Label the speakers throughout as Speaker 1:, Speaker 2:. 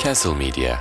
Speaker 1: Castle Media.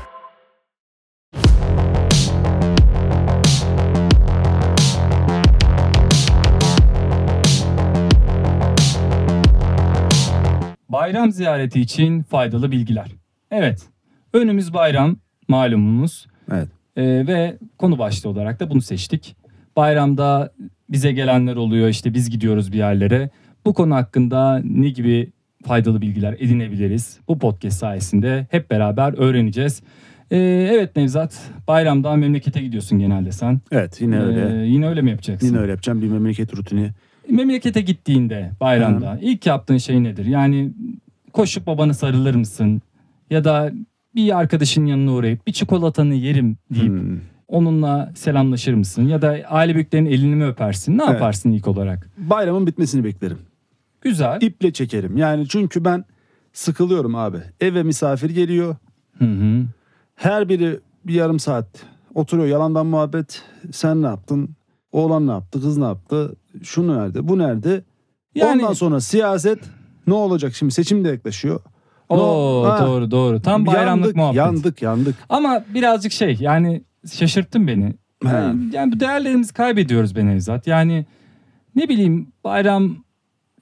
Speaker 2: Bayram ziyareti için faydalı bilgiler. Evet, önümüz bayram malumumuz
Speaker 3: Evet.
Speaker 2: Ee, ve konu başlığı olarak da bunu seçtik. Bayramda bize gelenler oluyor işte biz gidiyoruz bir yerlere. Bu konu hakkında ne gibi faydalı bilgiler edinebiliriz? Bu podcast sayesinde hep beraber öğreneceğiz. Ee, evet Nevzat, bayramda memlekete gidiyorsun genelde sen.
Speaker 3: Evet yine öyle.
Speaker 2: Ee, yine öyle mi yapacaksın?
Speaker 3: Yine öyle yapacağım. Bir memleket rutini.
Speaker 2: Memlekete gittiğinde bayramda ilk yaptığın şey nedir? Yani koşup babana sarılır mısın? Ya da bir arkadaşın yanına uğrayıp bir çikolatanı yerim deyip
Speaker 3: Hmm.
Speaker 2: onunla selamlaşır mısın? Ya da aile büyüklerin elini mi öpersin? Ne
Speaker 3: Evet.
Speaker 2: yaparsın ilk olarak?
Speaker 3: Bayramın bitmesini beklerim.
Speaker 2: Güzel.
Speaker 3: İple çekerim. Yani çünkü ben sıkılıyorum abi. Eve misafir geliyor.
Speaker 2: Hı hı.
Speaker 3: Her biri bir yarım saat oturuyor yalandan muhabbet. Sen ne yaptın? Oğlan ne yaptı? Kız ne yaptı? Şunu nerede? Bu nerede?
Speaker 2: Yani
Speaker 3: Ondan sonra siyaset ne olacak şimdi? Seçim de yaklaşıyor.
Speaker 2: Oo,
Speaker 3: No- ha.
Speaker 2: doğru doğru. Tam bayramlık
Speaker 3: yandık,
Speaker 2: muhabbet.
Speaker 3: Yandık yandık.
Speaker 2: Ama birazcık şey yani şaşırttın beni.
Speaker 3: He.
Speaker 2: Yani, yani bu değerlerimizi kaybediyoruz be Nevzat. Yani ne bileyim bayram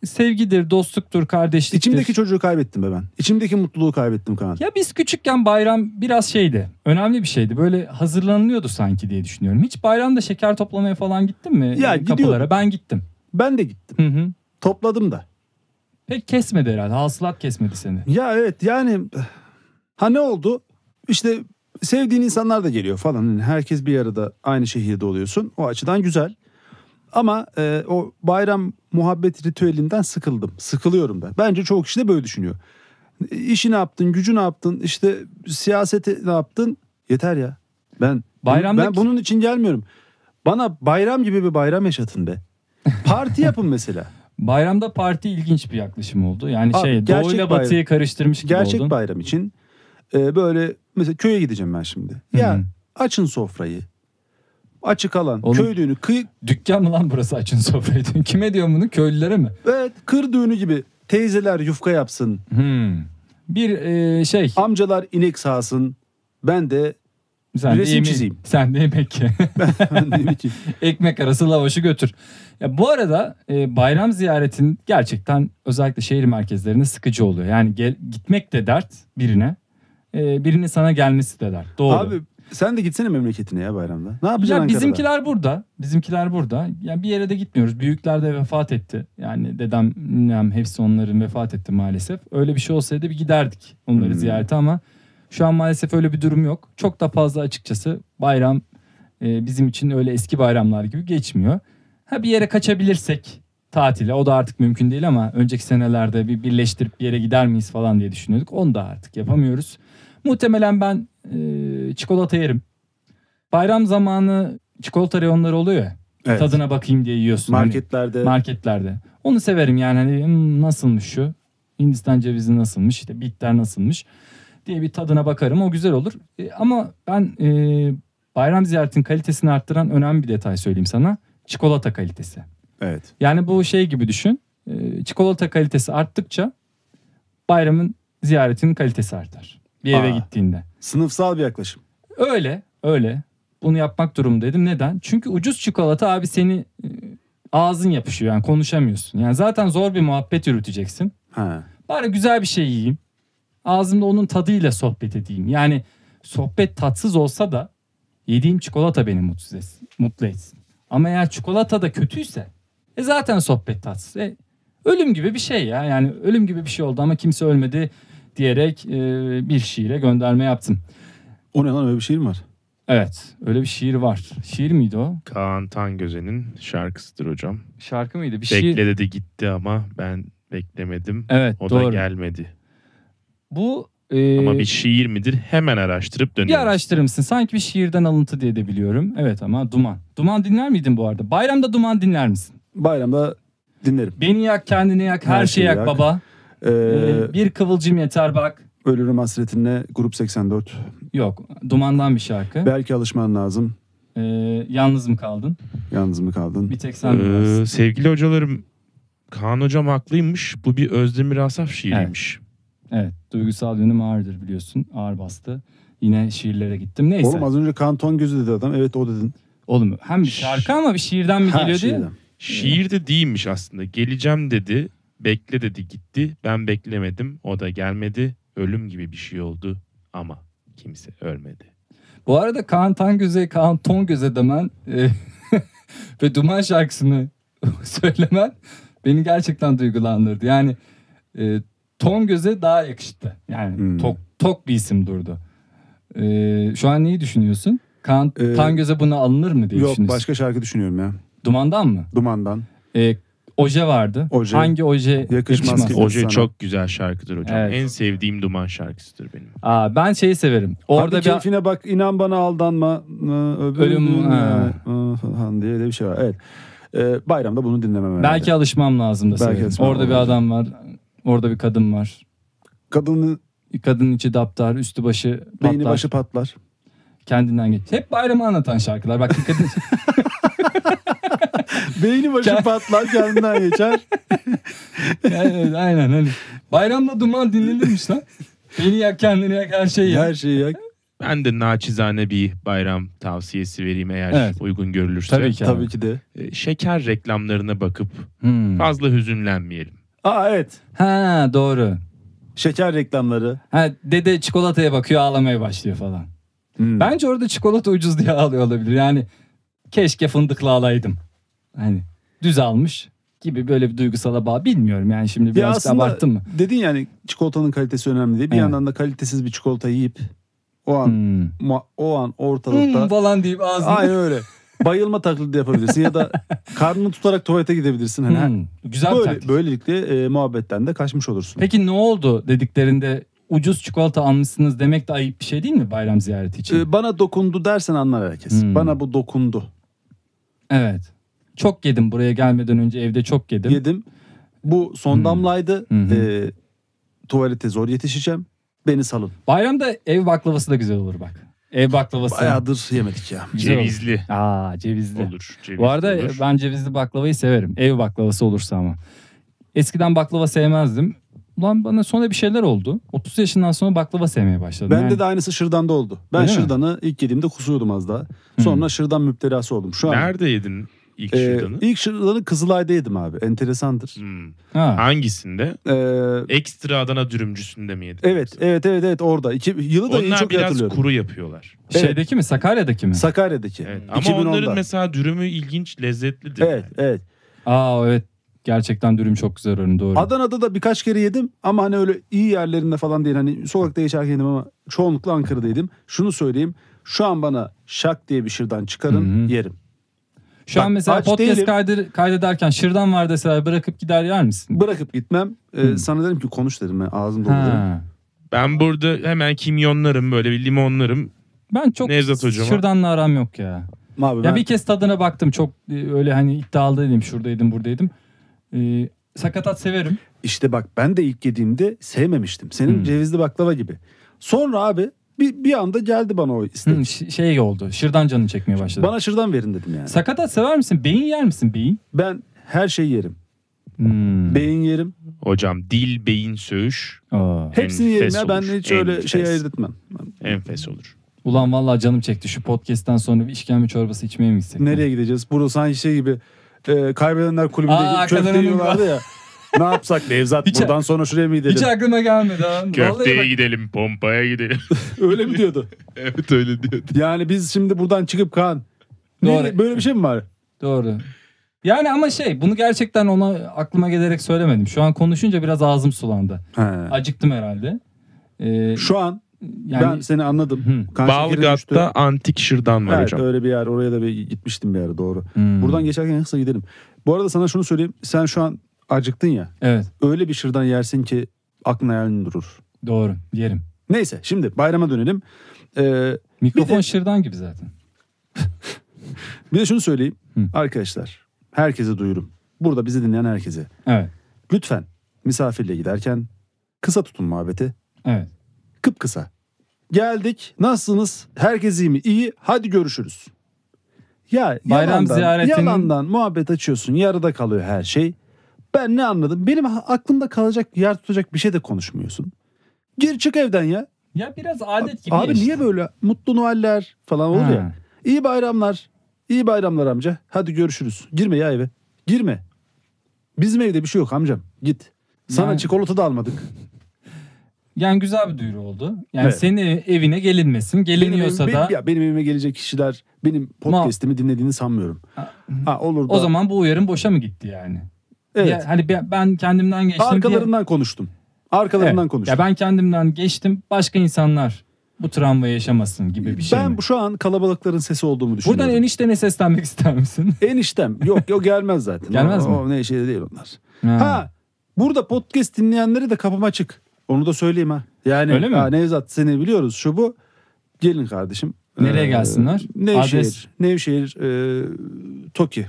Speaker 2: sevgidir, dostluktur, kardeşliktir.
Speaker 3: İçimdeki çocuğu kaybettim be ben. İçimdeki mutluluğu kaybettim Kaan.
Speaker 2: Ya biz küçükken bayram biraz şeydi. Önemli bir şeydi. Böyle hazırlanılıyordu sanki diye düşünüyorum. Hiç bayramda şeker toplamaya falan gittin mi?
Speaker 3: Ya
Speaker 2: Ee, kapılara.
Speaker 3: gidiyordum.
Speaker 2: Ben gittim.
Speaker 3: Ben de gittim.
Speaker 2: Hı hı.
Speaker 3: Topladım da.
Speaker 2: Pek kesmedi herhalde. Hasılat kesmedi seni.
Speaker 3: Ya evet yani ha ne oldu? İşte sevdiğin insanlar da geliyor falan. Hani herkes bir arada aynı şehirde oluyorsun. O açıdan güzel. Ama e, o bayram muhabbet ritüelinden sıkıldım. Sıkılıyorum da. Bence çok kişi de böyle düşünüyor. İşi ne yaptın, gücü ne yaptın, işte siyaseti ne yaptın? Yeter ya. Ben
Speaker 2: Bayramda
Speaker 3: ben bunun için gelmiyorum. Bana bayram gibi bir bayram yaşatın be. Parti yapın mesela.
Speaker 2: Bayramda parti ilginç bir yaklaşım oldu. Yani
Speaker 3: Abi,
Speaker 2: şey
Speaker 3: gerçek
Speaker 2: doğuyla
Speaker 3: bayram.
Speaker 2: batıyı karıştırmış gibi
Speaker 3: gerçek
Speaker 2: oldun.
Speaker 3: bayram için e, böyle mesela köye gideceğim ben şimdi. Ya
Speaker 2: Hı hı.
Speaker 3: açın sofrayı. Açık alan,
Speaker 2: Oğlum-
Speaker 3: köy düğünü, kıy,
Speaker 2: Dükkan mı lan burası açın sofrayı? diyor. Kime diyorum bunu? Köylülere mi?
Speaker 3: evet, kır düğünü gibi teyzeler yufka yapsın,
Speaker 2: Hmm. Bir e, şey.
Speaker 3: amcalar inek sağsın. Ben de
Speaker 2: sen de
Speaker 3: resim
Speaker 2: yemeği-
Speaker 3: çizeyim.
Speaker 2: Sen de yemek ye.
Speaker 3: ben de ki
Speaker 2: Ekmek arası lavaşı götür. Ya bu arada e, bayram ziyaretin gerçekten özellikle şehir merkezlerinde sıkıcı oluyor. Yani gel, gitmek de dert birine. E, birinin sana gelmesi de dert. Doğru.
Speaker 3: abi sen de gitsene memleketine ya bayramda. Ne yapacaksın
Speaker 2: Ya
Speaker 3: Ankara'da?
Speaker 2: bizimkiler burada. Bizimkiler burada. Yani bir yere de gitmiyoruz. Büyükler de vefat etti. Yani dedem, ninem hepsi onların vefat etti maalesef. Öyle bir şey olsaydı bir giderdik onları
Speaker 3: Hmm.
Speaker 2: ziyarete ama şu an maalesef öyle bir durum yok. Çok da fazla açıkçası bayram e, bizim için öyle eski bayramlar gibi geçmiyor. Ha bir yere kaçabilirsek tatile o da artık mümkün değil ama önceki senelerde bir birleştirip bir yere gider miyiz falan diye düşünüyorduk. Onu da artık yapamıyoruz. Muhtemelen ben e, çikolata yerim. Bayram zamanı çikolata reyonları oluyor ya.
Speaker 3: Evet. e,
Speaker 2: Tadına bakayım diye yiyorsun. Hani
Speaker 3: marketlerde
Speaker 2: marketlerde. Onu severim yani hani "Hmm, nasılmış şu? Hindistan cevizi nasılmış? İşte bitter nasılmış? diye bir tadına bakarım. O güzel olur. E, ama ben e, bayram ziyaretinin kalitesini arttıran önemli bir detay söyleyeyim sana. Çikolata kalitesi.
Speaker 3: evet.
Speaker 2: Yani bu şey gibi düşün. E, çikolata kalitesi arttıkça bayramın ziyaretinin kalitesi artar. Bir eve
Speaker 3: Aa.
Speaker 2: gittiğinde.
Speaker 3: Sınıfsal bir yaklaşım.
Speaker 2: Öyle, öyle. Bunu yapmak durumundaydım. Neden? Çünkü ucuz çikolata abi seni e, ağzın yapışıyor yani konuşamıyorsun. Yani zaten zor bir muhabbet yürüteceksin.
Speaker 3: Ha.
Speaker 2: Bari güzel bir şey yiyeyim. Ağzımda onun tadıyla sohbet edeyim. Yani sohbet tatsız olsa da yediğim çikolata beni mutsuz etsin, mutlu etsin. Ama eğer çikolata da kötüyse e zaten sohbet tatsız. E, ölüm gibi bir şey ya. Yani ölüm gibi bir şey oldu ama kimse ölmedi diyerek e, bir şiire gönderme yaptım.
Speaker 3: O ne lan öyle bir şey mi var?
Speaker 2: Evet öyle bir şiir var. Şiir miydi o?
Speaker 4: Kaan Tangöze'nin şarkısıdır hocam.
Speaker 2: Şarkı mıydı? Bir şiir.
Speaker 4: Bekle dedi gitti ama ben beklemedim.
Speaker 2: Evet
Speaker 4: O da
Speaker 2: doğru.
Speaker 4: gelmedi.
Speaker 2: Bu e,
Speaker 4: Ama bir şiir midir? Hemen araştırıp
Speaker 2: bir
Speaker 4: dönüyoruz.
Speaker 2: araştırır mısın? Sanki bir şiirden alıntı diye de biliyorum. Evet ama Duman. Duman dinler miydin bu arada? Bayramda Duman dinler misin?
Speaker 3: Bayramda dinlerim.
Speaker 2: Beni yak kendini yak her, şeyi yak, baba.
Speaker 3: Ee,
Speaker 2: Ee, bir kıvılcım yeter bak.
Speaker 3: Ölürüm hasretinle grup 84.
Speaker 2: Yok Duman'dan bir şarkı.
Speaker 3: Belki alışman lazım.
Speaker 2: Ee, yalnız mı kaldın?
Speaker 3: Yalnız mı kaldın?
Speaker 2: Bir tek sen mi varsın?
Speaker 4: Ee, sevgili hocalarım Kaan hocam haklıymış. Bu bir Özdemir Asaf şiiriymiş.
Speaker 2: Evet duygusal yönüm ağırdır biliyorsun. Ağır bastı. Yine şiirlere gittim. Neyse.
Speaker 3: Oğlum az önce kanton gözü dedi adam. Evet o dedin.
Speaker 2: Oğlum hem bir şarkı ama bir şiirden mi
Speaker 3: Ha, şey
Speaker 2: geliyor diye.
Speaker 3: şiirden.
Speaker 4: Şiir de değilmiş aslında. Geleceğim dedi, bekle dedi gitti. Ben beklemedim, o da gelmedi. Ölüm gibi bir şey oldu ama kimse ölmedi.
Speaker 2: Bu arada Kaan Tangöze, Kaan Tongöze demen e, ve Duman şarkısını söylemen beni gerçekten duygulandırdı. Yani e, Tongöze daha yakıştı. Yani
Speaker 3: Hmm.
Speaker 2: tok, tok bir isim durdu. E, şu an neyi düşünüyorsun? Kaan
Speaker 3: Ee,
Speaker 2: Tangöze buna alınır mı diye
Speaker 3: Yok
Speaker 2: düşünüyorsun.
Speaker 3: başka şarkı düşünüyorum ya.
Speaker 2: Dumandan mı?
Speaker 3: Dumandan.
Speaker 2: E, oje vardı.
Speaker 3: Oje.
Speaker 2: Hangi oje
Speaker 3: Yakışmaz ki.
Speaker 2: O-
Speaker 4: Oje
Speaker 3: sana.
Speaker 4: çok güzel şarkıdır hocam.
Speaker 2: Evet.
Speaker 4: En sevdiğim duman şarkısıdır benim.
Speaker 2: Aa, ben şeyi severim.
Speaker 3: Orada
Speaker 2: Orada bir
Speaker 3: keyfine bak inan bana aldanma. ıı,
Speaker 2: Ölüm,
Speaker 3: Ölüm
Speaker 2: ha.
Speaker 3: ıı, ıı, falan diye de bir şey var. Evet. Ee, bayramda bunu dinlemem herhalde.
Speaker 2: belki alışmam lazım da
Speaker 3: Belki
Speaker 2: severim.
Speaker 3: alışmam
Speaker 2: Orada bir
Speaker 3: lazım.
Speaker 2: adam var. Orada bir kadın var.
Speaker 3: Kadının
Speaker 2: Kadın içi daptar, üstü başı patlar.
Speaker 3: beyni başı patlar.
Speaker 2: Kendinden geç. Hep bayramı anlatan şarkılar. Bak dikkat et.
Speaker 3: beyni başı
Speaker 2: Kend-
Speaker 3: patlar kendinden geçer.
Speaker 2: Yani, aynen hani. Bayramda duman dinlenirmiş lan. Beni yak kendini yak her şeyi yak.
Speaker 3: Her şeyi yak.
Speaker 4: Ben de naçizane bir bayram tavsiyesi vereyim eğer
Speaker 2: Evet.
Speaker 4: uygun görülürse.
Speaker 2: Tabii ki.
Speaker 3: Tabii ki de.
Speaker 4: E, Şeker reklamlarına bakıp
Speaker 2: Hmm.
Speaker 4: fazla hüzünlenmeyelim.
Speaker 3: Aa evet.
Speaker 2: Ha doğru.
Speaker 3: Şeker reklamları.
Speaker 2: Ha dede çikolataya bakıyor ağlamaya başlıyor falan.
Speaker 3: Hmm.
Speaker 2: Bence orada çikolata ucuz diye ağlıyor olabilir. Yani keşke fındıklı alaydım. Hani düz almış gibi böyle bir duygusala bağ bilmiyorum yani şimdi
Speaker 3: Ya
Speaker 2: biraz
Speaker 3: aslında
Speaker 2: abarttım mı?
Speaker 3: Dedin yani çikolatanın kalitesi önemli diye. Bir
Speaker 2: Evet.
Speaker 3: yandan da kalitesiz bir çikolata yiyip o an
Speaker 2: Hmm.
Speaker 3: ma- o an ortalıkta
Speaker 2: Hmm, falan deyip ağzını
Speaker 3: aynen öyle. Bayılma taklidi yapabilirsin ya da karnını tutarak tuvalete gidebilirsin. Hani
Speaker 2: Hmm, Güzel bir taktik.
Speaker 3: böyle, böylelikle e, muhabbetten de kaçmış olursun.
Speaker 2: Peki ne oldu dediklerinde ucuz çikolata almışsınız demek de ayıp bir şey değil mi bayram ziyareti için?
Speaker 4: Ee,
Speaker 3: E, bana dokundu dersen anlar herkes.
Speaker 2: Hmm.
Speaker 3: Bana bu dokundu.
Speaker 2: evet. Çok yedim buraya gelmeden önce evde çok yedim.
Speaker 3: Yedim. Bu son
Speaker 2: Hmm.
Speaker 3: damlaydı.
Speaker 2: Hı hı.
Speaker 3: E, tuvalete zor yetişeceğim. Beni salın.
Speaker 2: Bayramda ev baklavası da güzel olur bak. Ev baklavası.
Speaker 3: Bayağıdır yemedik ya.
Speaker 2: Güzel olur.
Speaker 4: Cevizli
Speaker 2: Aa cevizli.
Speaker 4: olur. Cevizli
Speaker 2: Bu arada
Speaker 4: olur.
Speaker 2: ben cevizli baklavayı severim. Ev baklavası olursa ama. Eskiden baklava sevmezdim. Ulan bana sonra bir şeyler oldu. 30 yaşından sonra baklava sevmeye başladım.
Speaker 3: Bende
Speaker 2: Yani
Speaker 3: de aynısı şırdanda oldu. Ben
Speaker 2: Öyle mi? Hmm.
Speaker 3: şırdanı ilk yediğimde kusuyordum az daha. Sonra şırdan müptelası oldum. Şu an
Speaker 4: Nerede yedin ilk
Speaker 3: e,
Speaker 4: şırdanı?
Speaker 3: ilk şırdanı Kızılay'da yedim abi. Enteresandır.
Speaker 4: Hmm.
Speaker 2: ha.
Speaker 4: Hangisinde?
Speaker 2: Hmm.
Speaker 3: Ee,
Speaker 4: Ekstra Adana dürümcüsünde mi yedin?
Speaker 3: evet, evet, evet, evet orada. İki, yılı da
Speaker 4: Onlar
Speaker 3: çok iyi
Speaker 4: biraz
Speaker 3: hatırlıyorum.
Speaker 4: kuru yapıyorlar.
Speaker 3: Evet.
Speaker 2: Şeydeki mi? Sakarya'daki mi?
Speaker 3: Sakarya'daki.
Speaker 4: Evet. Ama
Speaker 3: 2010'da.
Speaker 4: onların mesela dürümü ilginç, lezzetlidir.
Speaker 3: Evet,
Speaker 4: yani.
Speaker 3: evet.
Speaker 2: Aa evet. Gerçekten dürüm çok güzel oranı doğru.
Speaker 3: Adana'da da birkaç kere yedim ama hani öyle iyi yerlerinde falan değil. Hani sokakta geçerken yedim ama çoğunlukla Ankara'da yedim. Şunu söyleyeyim. Şu an bana şak diye bir şırdan çıkarın
Speaker 2: Hı hı.
Speaker 3: yerim.
Speaker 2: Şu an
Speaker 3: Bak,
Speaker 2: mesela
Speaker 3: aç
Speaker 2: podcast
Speaker 3: değilim.
Speaker 2: kaydı- kaydederken şırdan var deseler bırakıp gider yer misin?
Speaker 3: Bırakıp gitmem. Ee, sana derim ki konuş derim. Ben ağzım dolu derim.
Speaker 2: Ha.
Speaker 4: Ben burada hemen kimyonlarım, böyle bir limonlarım.
Speaker 2: Ben çok
Speaker 4: Nevzat hocama.
Speaker 2: şırdanla aram yok ya.
Speaker 3: Abi ben
Speaker 2: Ya bir kez tadına baktım çok e, öyle hani iddialı değilim şuradaydım buradaydım. Ee, sakatat severim.
Speaker 3: işte bak ben de ilk yediğimde sevmemiştim. Senin
Speaker 2: Hı.
Speaker 3: cevizli baklava gibi. Sonra abi bir, bir anda geldi bana o istek.
Speaker 2: Hı, ş- şey oldu şırdan canı çekmeye başladı.
Speaker 3: Bana şırdan verin dedim yani.
Speaker 2: Sakatat sever misin? Beyin yer misin beyin?
Speaker 3: Ben her şeyi yerim.
Speaker 2: Hmm.
Speaker 3: Beyin yerim.
Speaker 4: Hocam dil, beyin, söğüş
Speaker 2: Aa.
Speaker 3: Hepsini yerim
Speaker 4: Enfes
Speaker 3: ya. Ben
Speaker 4: olur,
Speaker 3: hiç öyle
Speaker 4: enfes.
Speaker 3: şey ayırt etmem.
Speaker 4: enfes olur.
Speaker 2: Ulan vallahi canım çekti şu podcast'ten sonra bir işkembe çorbası içmeye mi gitsek?
Speaker 3: Nereye gideceğiz? Burası sanki şey gibi e, kaybedenler
Speaker 2: Aa,
Speaker 3: kulübünde köfte
Speaker 2: kazananın
Speaker 3: yiyorlardı ya. ne yapsak Nevzat
Speaker 2: Hiç-
Speaker 3: buradan sonra şuraya mı gidelim?
Speaker 2: Hiç aklıma gelmedi ha. Vallahi
Speaker 4: Köfteye
Speaker 2: bak-
Speaker 4: gidelim, pompaya gidelim.
Speaker 3: Öyle mi diyordu?
Speaker 4: evet öyle diyordu.
Speaker 3: Yani biz şimdi buradan çıkıp Kaan.
Speaker 2: Doğru.
Speaker 3: Doğru. Böyle bir şey mi var?
Speaker 2: Doğru. Yani ama şey bunu gerçekten ona aklıma gelerek söylemedim. Şu an konuşunca biraz ağzım sulandı. Acıktım herhalde. Ee,
Speaker 3: Şu an ben
Speaker 2: yani
Speaker 3: seni anladım.
Speaker 2: Hı.
Speaker 3: Kan şekeri düştü.
Speaker 4: Balgat'ta antik şırdan var
Speaker 3: Evet,
Speaker 4: hocam.
Speaker 3: öyle bir yer. Oraya da bir gitmiştim bir ara doğru.
Speaker 2: Hmm.
Speaker 3: Buradan geçerken en kısa gidelim. Bu arada sana şunu söyleyeyim. Sen şu an acıktın ya.
Speaker 2: evet
Speaker 3: Öyle bir şırdan yersin ki aklın hayalin durur.
Speaker 2: doğru yerim.
Speaker 3: Neyse şimdi bayrama dönelim. Ee,
Speaker 2: Mikrofon
Speaker 3: Bir de-
Speaker 2: şırdan gibi zaten.
Speaker 3: Bir de şunu söyleyeyim.
Speaker 2: Hı.
Speaker 3: Arkadaşlar herkese duyurum. Burada bizi dinleyen herkese.
Speaker 2: Evet
Speaker 3: Lütfen misafirle giderken kısa tutun muhabbeti.
Speaker 2: evet.
Speaker 3: Kıpkısa. Geldik. Nasılsınız? Herkes iyi mi? İyi. Hadi görüşürüz. Ya
Speaker 2: Bayram
Speaker 3: yalandan,
Speaker 2: ziyaretinin-
Speaker 3: yalandan muhabbet açıyorsun. Yarıda kalıyor her şey. Ben ne anladım? Benim ha- aklımda kalacak, yer tutacak bir şey de konuşmuyorsun. Gir çık evden ya.
Speaker 2: Ya biraz adet gibi.
Speaker 3: Abi
Speaker 2: ya işte.
Speaker 3: niye böyle mutlu Noeller falan olur
Speaker 2: Ha.
Speaker 3: ya. İyi bayramlar. İyi bayramlar amca. Hadi görüşürüz. Girme ya eve. Girme. Bizim evde bir şey yok amcam. Git. Sana
Speaker 2: Yani-
Speaker 3: çikolata da almadık.
Speaker 2: Yani güzel bir duyuru oldu. Yani
Speaker 3: Evet.
Speaker 2: senin ev- evine gelinmesin. Geliniyorsa
Speaker 3: benim, evim-
Speaker 2: da
Speaker 3: benim- ya benim evime gelecek kişiler benim podcast'imi dinlediğini sanmıyorum.
Speaker 2: Ha.
Speaker 3: Ha olur da.
Speaker 2: o zaman bu uyarın boşa mı gitti yani?
Speaker 3: evet.
Speaker 2: Ya hani be- ben kendimden geçtim. diye-
Speaker 3: arkalarından konuştum. Arkalarından
Speaker 2: Evet.
Speaker 3: konuştum.
Speaker 2: Ya ben kendimden geçtim. Başka insanlar bu travmayı yaşamasın gibi bir şey.
Speaker 3: ben
Speaker 2: mi?
Speaker 3: bu şu an kalabalıkların sesi olduğumu düşünüyorum.
Speaker 2: Buradan eniştene seslenmek ister misin?
Speaker 3: eniştem yok yok gelmez zaten.
Speaker 2: Gelmez
Speaker 3: o,
Speaker 2: mi?
Speaker 3: O ne şey değil onlar. Ha burada podcast dinleyenleri de kapım açık. Onu da söyleyeyim ha. Yani
Speaker 2: Öyle mi?
Speaker 3: Ha, Nevzat seni biliyoruz şu bu. Gelin kardeşim. Ee,
Speaker 2: Nereye gelsinler?
Speaker 3: Nevşehir.
Speaker 2: Adres?
Speaker 3: Nevşehir e, Toki.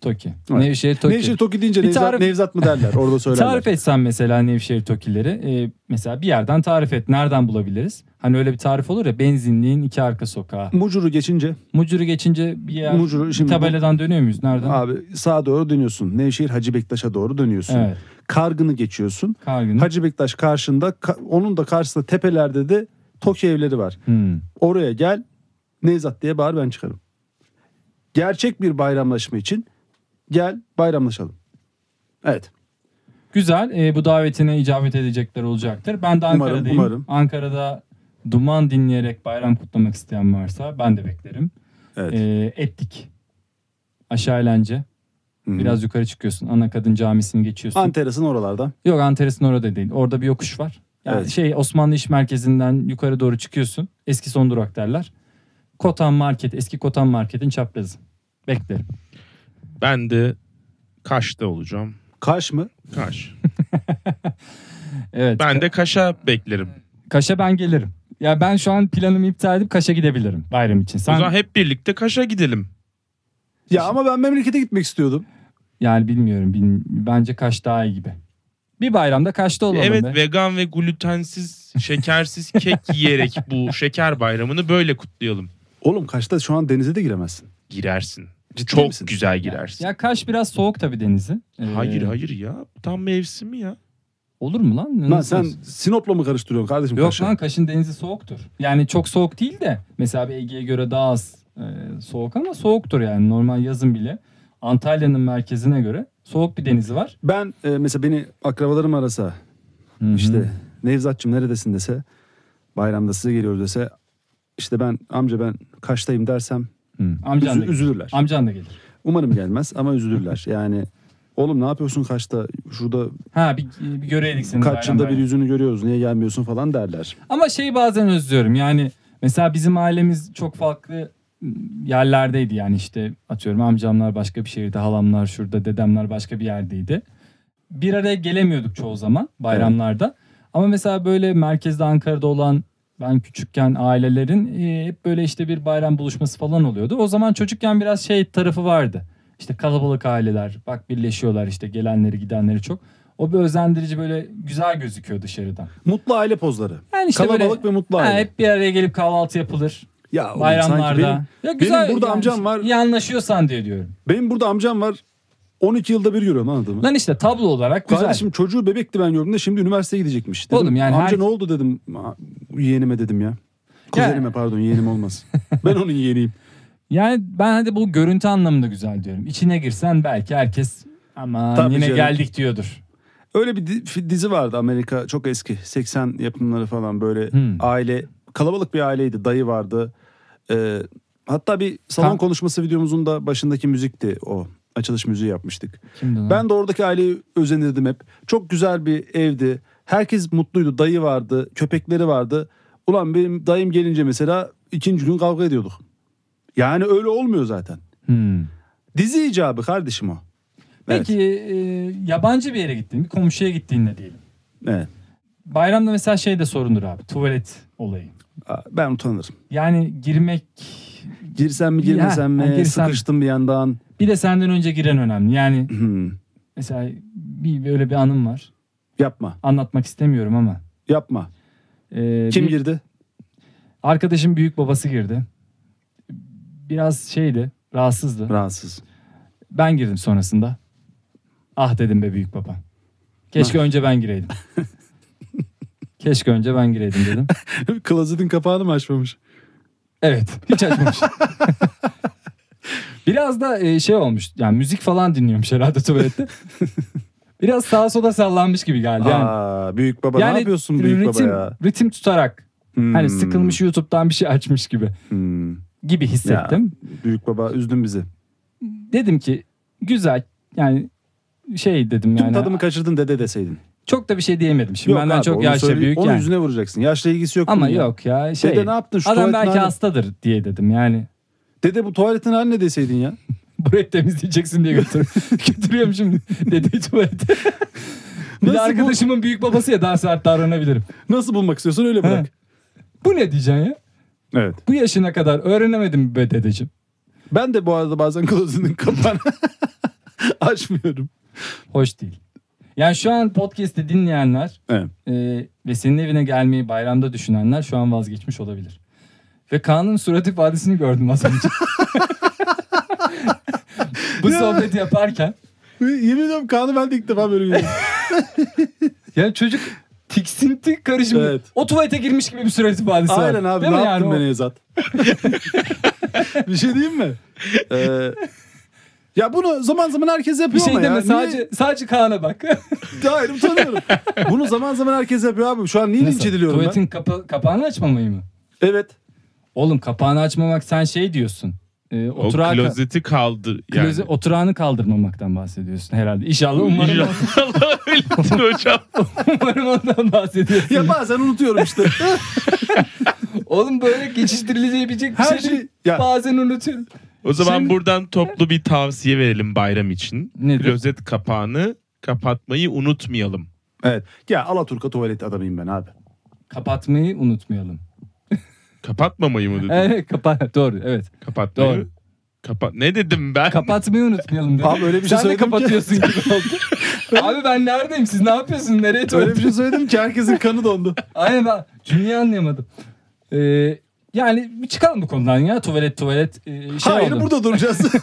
Speaker 2: Toki.
Speaker 3: Evet.
Speaker 2: Nevşehir Toki.
Speaker 3: Nevşehir Toki deyince
Speaker 2: Bir
Speaker 3: Nevzat,
Speaker 2: tarif-
Speaker 3: Nevzat mı derler orada söylerler.
Speaker 2: Tarif etsen mesela Nevşehir Tokileri. e, mesela bir yerden tarif et. Nereden bulabiliriz? Hani öyle bir tarif olur ya benzinliğin iki arka sokağı.
Speaker 3: Mucuru geçince
Speaker 2: Mucuru geçince bir yer
Speaker 3: Mucuru şimdi
Speaker 2: tabeladan dönüyor muyuz? Nereden?
Speaker 3: abi sağa doğru dönüyorsun. Nevşehir Hacı Bektaş'a doğru dönüyorsun.
Speaker 2: evet.
Speaker 3: Kargını geçiyorsun.
Speaker 2: Kargın.
Speaker 3: Hacı Bektaş karşında ka- onun da karşısında tepelerde de Toki evleri var.
Speaker 2: Hmm.
Speaker 3: Oraya gel Nevzat diye bağır ben çıkarım. Gerçek bir bayramlaşma için gel bayramlaşalım. Evet.
Speaker 2: Güzel. e, bu davetine icabet edecekler olacaktır. Ben de
Speaker 3: Umarım,
Speaker 2: Ankara'dayım.
Speaker 3: umarım.
Speaker 2: Ankara'da duman dinleyerek bayram kutlamak isteyen varsa ben de beklerim.
Speaker 3: Evet.
Speaker 2: E, ettik. Aşağı eğlence.
Speaker 3: Hı hı.
Speaker 2: Biraz yukarı çıkıyorsun. Ana Kadın Camisi'ni geçiyorsun.
Speaker 3: Anteras'ın oralardan.
Speaker 2: Yok Antares'in orada değil. Orada bir yokuş var. Yani
Speaker 3: Evet.
Speaker 2: şey Osmanlı İş Merkezi'nden yukarı doğru çıkıyorsun. Eski son durak derler. Kotan Market, eski Kotan Market'in çaprazı. Beklerim.
Speaker 4: Ben de Kaş'ta olacağım.
Speaker 3: Kaş mı?
Speaker 4: Kaş.
Speaker 2: Evet.
Speaker 4: Ben de Kaş'a beklerim.
Speaker 2: Kaş'a ben gelirim. Ya ben şu an planımı iptal edip Kaş'a gidebilirim bayram için.
Speaker 4: O zaman
Speaker 2: Sen
Speaker 4: hep birlikte Kaş'a gidelim.
Speaker 3: Ya ama ben memlekete gitmek istiyordum.
Speaker 2: yani bilmiyorum. bin- Bence Kaş daha iyi gibi. Bir bayramda Kaş'ta olalım
Speaker 4: evet
Speaker 2: be.
Speaker 4: vegan ve glutensiz, şekersiz kek yiyerek bu şeker bayramını böyle kutlayalım.
Speaker 3: Oğlum Kaş'ta şu an denize de giremezsin.
Speaker 4: Girersin.
Speaker 3: Ciddi
Speaker 4: Çok
Speaker 3: misin?
Speaker 4: güzel girersin.
Speaker 2: Ya Kaş biraz soğuk tabii denizi. Ee,
Speaker 4: Hayır hayır ya. Tam mevsimi ya.
Speaker 2: Olur mu lan?
Speaker 3: Lan
Speaker 2: Nasıl
Speaker 3: sen
Speaker 2: olsun?
Speaker 3: Sinop'la mı karıştırıyorsun kardeşim
Speaker 2: Yok
Speaker 3: Kaş'ı?
Speaker 2: lan Kaş'ın denizi soğuktur. Yani çok soğuk değil de mesela bir Ege'ye göre daha az e, soğuk ama soğuktur yani normal yazın bile. Antalya'nın merkezine göre soğuk bir denizi var.
Speaker 3: Ben e, mesela beni akrabalarım arasa
Speaker 2: Hı hı.
Speaker 3: işte Nevzat'cığım neredesin dese bayramda size geliyoruz dese işte ben amca ben Kaş'tayım dersem
Speaker 2: Hı. Amcan da
Speaker 3: üzü-
Speaker 2: gelir.
Speaker 3: üzülürler.
Speaker 2: Amcan da gelir.
Speaker 3: Umarım gelmez ama üzülürler. Yani oğlum ne yapıyorsun Kaş'ta? Şurada
Speaker 2: Ha bir, bir göreydik seni.
Speaker 3: Kaç
Speaker 2: bayram
Speaker 3: yılda bir
Speaker 2: bayram.
Speaker 3: yüzünü görüyoruz niye gelmiyorsun falan derler.
Speaker 2: Ama şey bazen özlüyorum yani mesela bizim ailemiz çok farklı yerlerdeydi yani işte atıyorum amcamlar başka bir şehirde, halamlar şurada, dedemler başka bir yerdeydi. Bir araya gelemiyorduk çoğu zaman bayramlarda. Ama mesela böyle merkezde Ankara'da olan ben küçükken ailelerin e, hep böyle işte bir bayram buluşması falan oluyordu. O zaman çocukken biraz şey tarafı vardı. İşte kalabalık aileler bak birleşiyorlar işte gelenleri gidenleri çok. O bir özendirici böyle güzel gözüküyor dışarıdan.
Speaker 3: Mutlu aile pozları.
Speaker 2: Yani işte
Speaker 3: Kalabalık
Speaker 2: böyle,
Speaker 3: ve mutlu
Speaker 2: Ha,
Speaker 3: aile.
Speaker 2: hep bir araya gelip kahvaltı yapılır.
Speaker 3: Ya oğlum sanki
Speaker 2: bayramlarda.
Speaker 3: benim,
Speaker 2: ya
Speaker 3: benim burada amcam var.
Speaker 2: İyi anlaşıyorsan diye diyorum.
Speaker 3: benim burada amcam var. 12 yılda bir görüyorum anladın mı?
Speaker 2: Lan işte tablo olarak güzel.
Speaker 3: Kardeşim çocuğu bebekti ben gördüğümde şimdi üniversiteye gidecekmiş. Dedim,
Speaker 2: Oğlum yani
Speaker 3: amca
Speaker 2: her-
Speaker 3: ne oldu dedim. "Aa, Yeğenime dedim ya. Kuzenime pardon yeğenim olmaz. ben onun yeğeniyim.
Speaker 2: Yani ben hadi bu görüntü anlamında güzel diyorum. İçine girsen belki herkes ama
Speaker 3: Tabii
Speaker 2: yine
Speaker 3: canım.
Speaker 2: geldik diyordur.
Speaker 3: Öyle bir di- fi- dizi vardı Amerika çok eski. 80 yapımları falan böyle
Speaker 2: Hmm.
Speaker 3: aile kalabalık bir aileydi. Dayı vardı. Ee, hatta bir salon
Speaker 2: Tam-
Speaker 3: konuşması videomuzun da başındaki müzikti o. Açılış müziği yapmıştık.
Speaker 2: Kimdi lan?
Speaker 3: Ben de oradaki aileyi özenirdim hep. Çok güzel bir evdi. Herkes mutluydu. Dayı vardı, köpekleri vardı. Ulan benim dayım gelince mesela ikinci gün kavga ediyorduk. Yani öyle olmuyor zaten.
Speaker 2: Hmm.
Speaker 3: Dizi icabı kardeşim o.
Speaker 2: Peki e, yabancı bir yere gittin, bir komşuya gittiğinde diyelim.
Speaker 3: Evet.
Speaker 2: Bayramda mesela şey de sorundur abi, tuvalet olayı.
Speaker 3: Aa, Ben utanırım.
Speaker 2: Yani girmek
Speaker 3: Girsem
Speaker 2: Ya,
Speaker 3: mi girmesem mi?
Speaker 2: ha, girsem.
Speaker 3: Sıkıştım bir yandan.
Speaker 2: bir de senden önce giren önemli. Yani
Speaker 3: Hmm,
Speaker 2: mesela bir böyle bir anım var.
Speaker 3: Yapma.
Speaker 2: anlatmak istemiyorum ama.
Speaker 3: Yapma.
Speaker 2: Ee,
Speaker 3: Kim
Speaker 2: bir-
Speaker 3: girdi?
Speaker 2: Arkadaşım büyük babası girdi. Biraz şeydi, rahatsızdı.
Speaker 3: Rahatsız.
Speaker 2: ben girdim sonrasında. Ah dedim be büyük baba. Keşke önce ben gireydim. Keşke önce ben gireydim dedim.
Speaker 3: Klozetin kapağını mı açmamış?
Speaker 2: Evet. Hiç açmamış. Biraz da e, şey olmuş. Yani müzik falan dinliyormuş herhalde tuvalette. Biraz sağa sola sallanmış gibi geldi. Yani,
Speaker 3: Aa, büyük baba
Speaker 2: yani
Speaker 3: ne yapıyorsun büyük
Speaker 2: ritim,
Speaker 3: baba ya?
Speaker 2: ritim tutarak. Hani
Speaker 3: Hmm,
Speaker 2: sıkılmış YouTube'dan bir şey açmış gibi.
Speaker 3: hmm.
Speaker 2: Gibi hissettim.
Speaker 3: Büyük baba üzdün bizi.
Speaker 2: Dedim ki güzel yani şey dedim
Speaker 3: Tüm
Speaker 2: yani.
Speaker 3: tadımı kaçırdın dede deseydin.
Speaker 2: Çok da bir şey diyemedim. Şimdi
Speaker 3: Yok
Speaker 2: benden
Speaker 3: abi,
Speaker 2: çok
Speaker 3: onu
Speaker 2: yaşça
Speaker 3: söyle-
Speaker 2: büyük
Speaker 3: Onun
Speaker 2: yani.
Speaker 3: yüzüne vuracaksın. Yaşla ilgisi yok.
Speaker 2: Ama
Speaker 3: bunun ya.
Speaker 2: yok ya şey.
Speaker 3: Dede ne yaptın? Şu
Speaker 2: adam
Speaker 3: tuvaletin
Speaker 2: belki
Speaker 3: hali-
Speaker 2: hastadır diye dedim yani.
Speaker 3: Dede bu tuvaletin haline deseydin ya.
Speaker 2: Burayı temizleyeceksin diye götür götürüyorum şimdi dedeyi tuvalete. bir
Speaker 3: Nasıl
Speaker 2: de
Speaker 3: bu?
Speaker 2: arkadaşımın büyük babası ya daha sert davranabilirim.
Speaker 3: Nasıl bulmak istiyorsan öyle bırak.
Speaker 2: Bu ne diyeceksin ya?
Speaker 3: Evet.
Speaker 2: Bu yaşına kadar öğrenemedim be dedeciğim.
Speaker 3: Ben de bu arada bazen klozetin kapağını açmıyorum.
Speaker 2: Hoş değil. Yani şu an podcast'i dinleyenler
Speaker 3: Evet.
Speaker 2: e, ve senin evine gelmeyi bayramda düşünenler şu an vazgeçmiş olabilir. Ve Kaan'ın surat ifadesini gördüm az önce. Bu
Speaker 3: Ya.
Speaker 2: sohbeti yaparken
Speaker 3: Yemin ediyorum Kaan'ı ben de ilk defa böyle görüyorum.
Speaker 2: yani çocuk tiksinti karışımı.
Speaker 3: Evet.
Speaker 2: O tuvalete girmiş gibi bir surat ifadesi var.
Speaker 3: Aynen abi
Speaker 2: Değil
Speaker 3: ne
Speaker 2: mi yani?
Speaker 3: yaptın
Speaker 2: O-
Speaker 3: beni Ezat? bir şey diyeyim mi? Ee, ya bunu zaman zaman herkes
Speaker 2: Bir
Speaker 3: yapıyor
Speaker 2: şey
Speaker 3: ama
Speaker 2: deme
Speaker 3: ya.
Speaker 2: sadece sadece Kaan'a bak.
Speaker 3: Niye? Hayır utanıyorum. bunu zaman zaman herkes yapıyor abi. Şu an niye linç ediliyorum ben?
Speaker 2: Tuvaletin kapa- kapağını açmamayı mı?
Speaker 3: Evet.
Speaker 2: Oğlum kapağını açmamak sen şey diyorsun. E,
Speaker 4: O
Speaker 2: oturağa ka-
Speaker 4: klozeti kaldı. Yani.
Speaker 2: kloze- oturağını kaldırmamaktan bahsediyorsun herhalde. İnşallah umarım,
Speaker 4: İnşallah öyledir hocam.
Speaker 2: umarım ondan bahsediyorsun.
Speaker 3: Ya bazen unutuyorum işte.
Speaker 2: Oğlum böyle geçiştirilebilecek bir
Speaker 3: Her
Speaker 2: şey,
Speaker 3: şey-
Speaker 2: değil.
Speaker 3: Ya-
Speaker 2: Bazen unutuyorum.
Speaker 4: O zaman
Speaker 2: Şimdi-
Speaker 4: buradan toplu bir tavsiye verelim bayram için.
Speaker 2: Nedir?
Speaker 4: Klozet kapağını kapatmayı unutmayalım.
Speaker 3: evet. Ya Alaturka tuvalet adamıyım ben abi.
Speaker 2: Kapatmayı unutmayalım.
Speaker 4: Kapatmamayı mı dedim?
Speaker 2: Evet kapat. Doğru evet.
Speaker 4: Kapatmayı.
Speaker 2: Doğru.
Speaker 4: Kapat. Ne dedim ben?
Speaker 2: Kapatmayı unutmayalım dedim.
Speaker 3: Abi öyle bir
Speaker 2: Sen
Speaker 3: şey
Speaker 2: de
Speaker 3: söyledim ki-
Speaker 2: kapatıyorsun gibi oldu. Abi ben neredeyim siz ne yapıyorsunuz nereye
Speaker 3: Öyle
Speaker 2: tuvalet?
Speaker 3: bir şey söyledim ki herkesin kanı dondu.
Speaker 2: Aynen ben cümleyi anlayamadım. Ee, yani bir çıkalım bu konudan ya tuvalet tuvalet e, şey
Speaker 3: Hayır
Speaker 2: oldu.
Speaker 3: burada duracağız.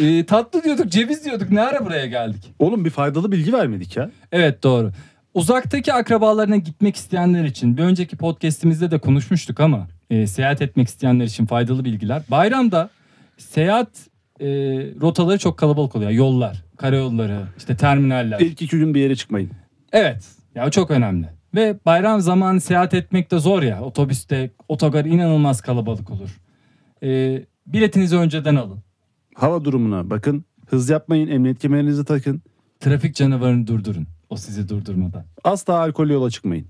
Speaker 2: Ee, tatlı diyorduk ceviz diyorduk ne ara buraya geldik.
Speaker 3: Oğlum bir faydalı bilgi vermedik ya.
Speaker 2: Evet doğru. Uzaktaki akrabalarına gitmek isteyenler için bir önceki podcastimizde de konuşmuştuk ama e, seyahat etmek isteyenler için faydalı bilgiler. Bayramda seyahat e, rotaları çok kalabalık oluyor. Yollar, karayolları, işte terminaller.
Speaker 3: İlk iki gün bir yere çıkmayın.
Speaker 2: Evet. Ya o çok önemli. Ve bayram zamanı seyahat etmek de zor ya. Otobüste, otogar inanılmaz kalabalık olur. Ee, biletinizi önceden alın.
Speaker 3: Hava durumuna bakın. Hız yapmayın. Emniyet kemerinizi takın.
Speaker 2: Trafik canavarını durdurun. O sizi durdurmadan.
Speaker 3: Asla alkol yola çıkmayın.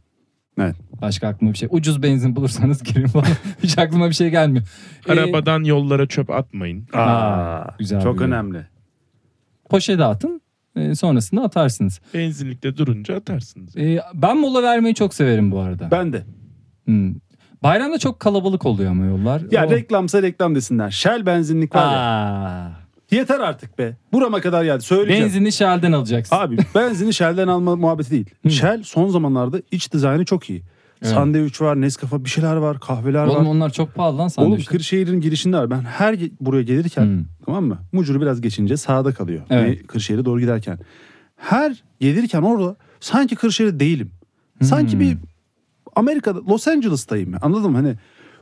Speaker 2: Başka aklıma bir şey. Ucuz benzin bulursanız girin falan. Hiç aklıma bir şey gelmiyor. Ee,
Speaker 4: Arabadan yollara çöp atmayın.
Speaker 3: Aa,
Speaker 2: Aa, güzel
Speaker 3: Çok
Speaker 2: bir yorum.
Speaker 3: önemli.
Speaker 2: poşete atın. Ee, sonrasında atarsınız.
Speaker 4: Benzinlikte durunca atarsınız.
Speaker 2: Ee, ben mola vermeyi çok severim bu arada.
Speaker 3: Ben de.
Speaker 2: Hmm. Bayramda çok kalabalık oluyor ama yollar.
Speaker 3: Ya
Speaker 2: O-
Speaker 3: reklamsa reklam desinler. Shell benzinlik var ya.
Speaker 2: Oh. Aa.
Speaker 3: Yeter artık be. Burama kadar geldi. Söyleyeceğim.
Speaker 2: Benzini Shell'den alacaksın.
Speaker 3: Abi benzini Shell'den alma muhabbeti değil. Shell son zamanlarda iç dizaynı çok iyi.
Speaker 2: Evet.
Speaker 3: Sandviç var, Nescafe bir şeyler var, kahveler
Speaker 2: Oğlum
Speaker 3: var.
Speaker 2: onlar çok pahalı lan
Speaker 3: Oğlum
Speaker 2: sandviçler.
Speaker 3: Kırşehir'in girişinde var. Ben her ge- buraya gelirken
Speaker 2: Hmm.
Speaker 3: tamam mı? Mucur'u biraz geçince sağda kalıyor.
Speaker 2: Evet.
Speaker 3: Ve Kırşehir'e doğru giderken. Her gelirken orada sanki Kırşehir'de değilim. Sanki bir Amerika'da Los Angeles'tayım. ya. Anladın mı? Hani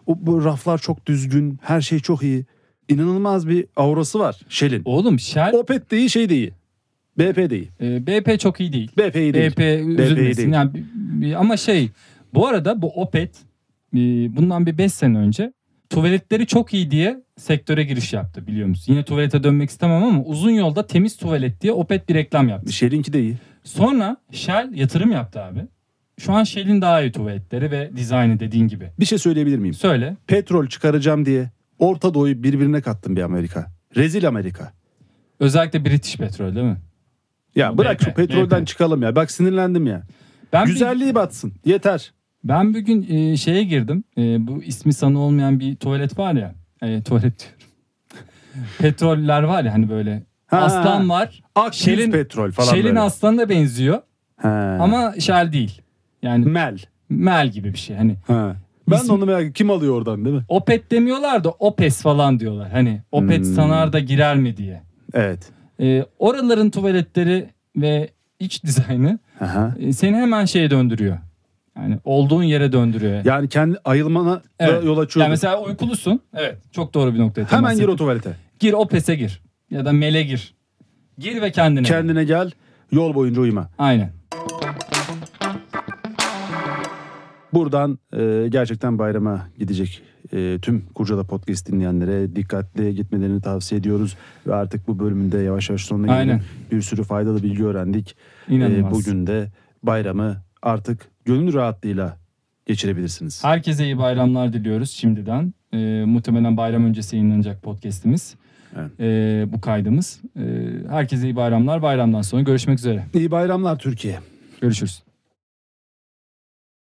Speaker 3: o, bu raflar çok düzgün. Her şey çok iyi. İnanılmaz bir aurası var Shell'in.
Speaker 2: Oğlum Shell
Speaker 3: Opet de iyi şey de iyi. BP de iyi.
Speaker 2: e, BP çok iyi değil.
Speaker 3: BP iyi değil.
Speaker 2: BP üzülmesin.
Speaker 3: değil.
Speaker 2: Yani, bi- bi- ama şey bu arada bu Opet e, bundan bir 5 sene önce tuvaletleri çok iyi diye sektöre giriş yaptı biliyor musun? Yine tuvalete dönmek istemem ama uzun yolda temiz tuvalet diye Opet bir reklam yaptı.
Speaker 3: Shell'inki de iyi.
Speaker 2: Sonra Shell yatırım yaptı abi. Şu an Shell'in daha iyi tuvaletleri ve dizaynı dediğin gibi.
Speaker 3: Bir şey söyleyebilir miyim?
Speaker 2: Söyle.
Speaker 3: Petrol çıkaracağım diye Orta Doğu'yu birbirine kattım bir Amerika. Rezil Amerika.
Speaker 2: Özellikle British Petrol değil mi?
Speaker 3: Ya bırak
Speaker 2: BP,
Speaker 3: şu petrolden
Speaker 2: BP.
Speaker 3: çıkalım ya. Bak sinirlendim ya.
Speaker 2: Ben bir-
Speaker 3: Güzelliği batsın. Yeter.
Speaker 2: Ben bugün e, şeye girdim. E, bu ismi sana olmayan bir tuvalet var ya. E, tuvalet diyorum. Petroller var ya hani böyle.
Speaker 3: Ha.
Speaker 2: Aslan var.
Speaker 3: Akdeniz
Speaker 2: Shell'in-
Speaker 3: petrol falan
Speaker 2: Shell'in
Speaker 3: böyle.
Speaker 2: aslanına benziyor
Speaker 3: He.
Speaker 2: ama Shell değil. Yani
Speaker 3: Mel.
Speaker 2: Mel gibi bir şey. Hani
Speaker 3: He. Ben
Speaker 2: İsmi-
Speaker 3: de onu merak Kim alıyor oradan değil mi?
Speaker 2: Opet demiyorlar da Opes falan diyorlar. Hani Opet
Speaker 3: Hmm.
Speaker 2: sanar da girer mi diye.
Speaker 3: Evet.
Speaker 2: E, oraların tuvaletleri ve iç dizaynı
Speaker 3: Aha.
Speaker 2: e, seni hemen şeye döndürüyor. Yani olduğun yere döndürüyor. Yani,
Speaker 3: Yani kendi ayılmana
Speaker 2: Evet.
Speaker 3: da yol açıyor.
Speaker 2: mesela uykulusun. Evet. Çok doğru bir noktaya temas
Speaker 3: Hemen gir
Speaker 2: ettin.
Speaker 3: o tuvalete.
Speaker 2: Gir o pese gir. Ya da mele gir. Gir ve kendine. gel.
Speaker 3: Kendine gel. Yol boyunca uyuma.
Speaker 2: Aynen.
Speaker 3: Buradan e, gerçekten bayrama gidecek e, tüm Kurcala Podcast dinleyenlere dikkatli gitmelerini tavsiye ediyoruz. Ve artık bu bölümünde yavaş yavaş sonuna gelelim.
Speaker 2: Aynen.
Speaker 3: Bir sürü faydalı bilgi öğrendik.
Speaker 2: İnanılmaz.
Speaker 3: E, bugün de bayramı artık gönül rahatlığıyla geçirebilirsiniz.
Speaker 2: Herkese iyi bayramlar diliyoruz şimdiden. Ee, muhtemelen bayram öncesi yayınlanacak podcast'imiz.
Speaker 3: Evet.
Speaker 2: Ee, bu kaydımız. Ee, herkese iyi bayramlar. Bayramdan sonra görüşmek üzere.
Speaker 3: İyi bayramlar Türkiye.
Speaker 2: Görüşürüz.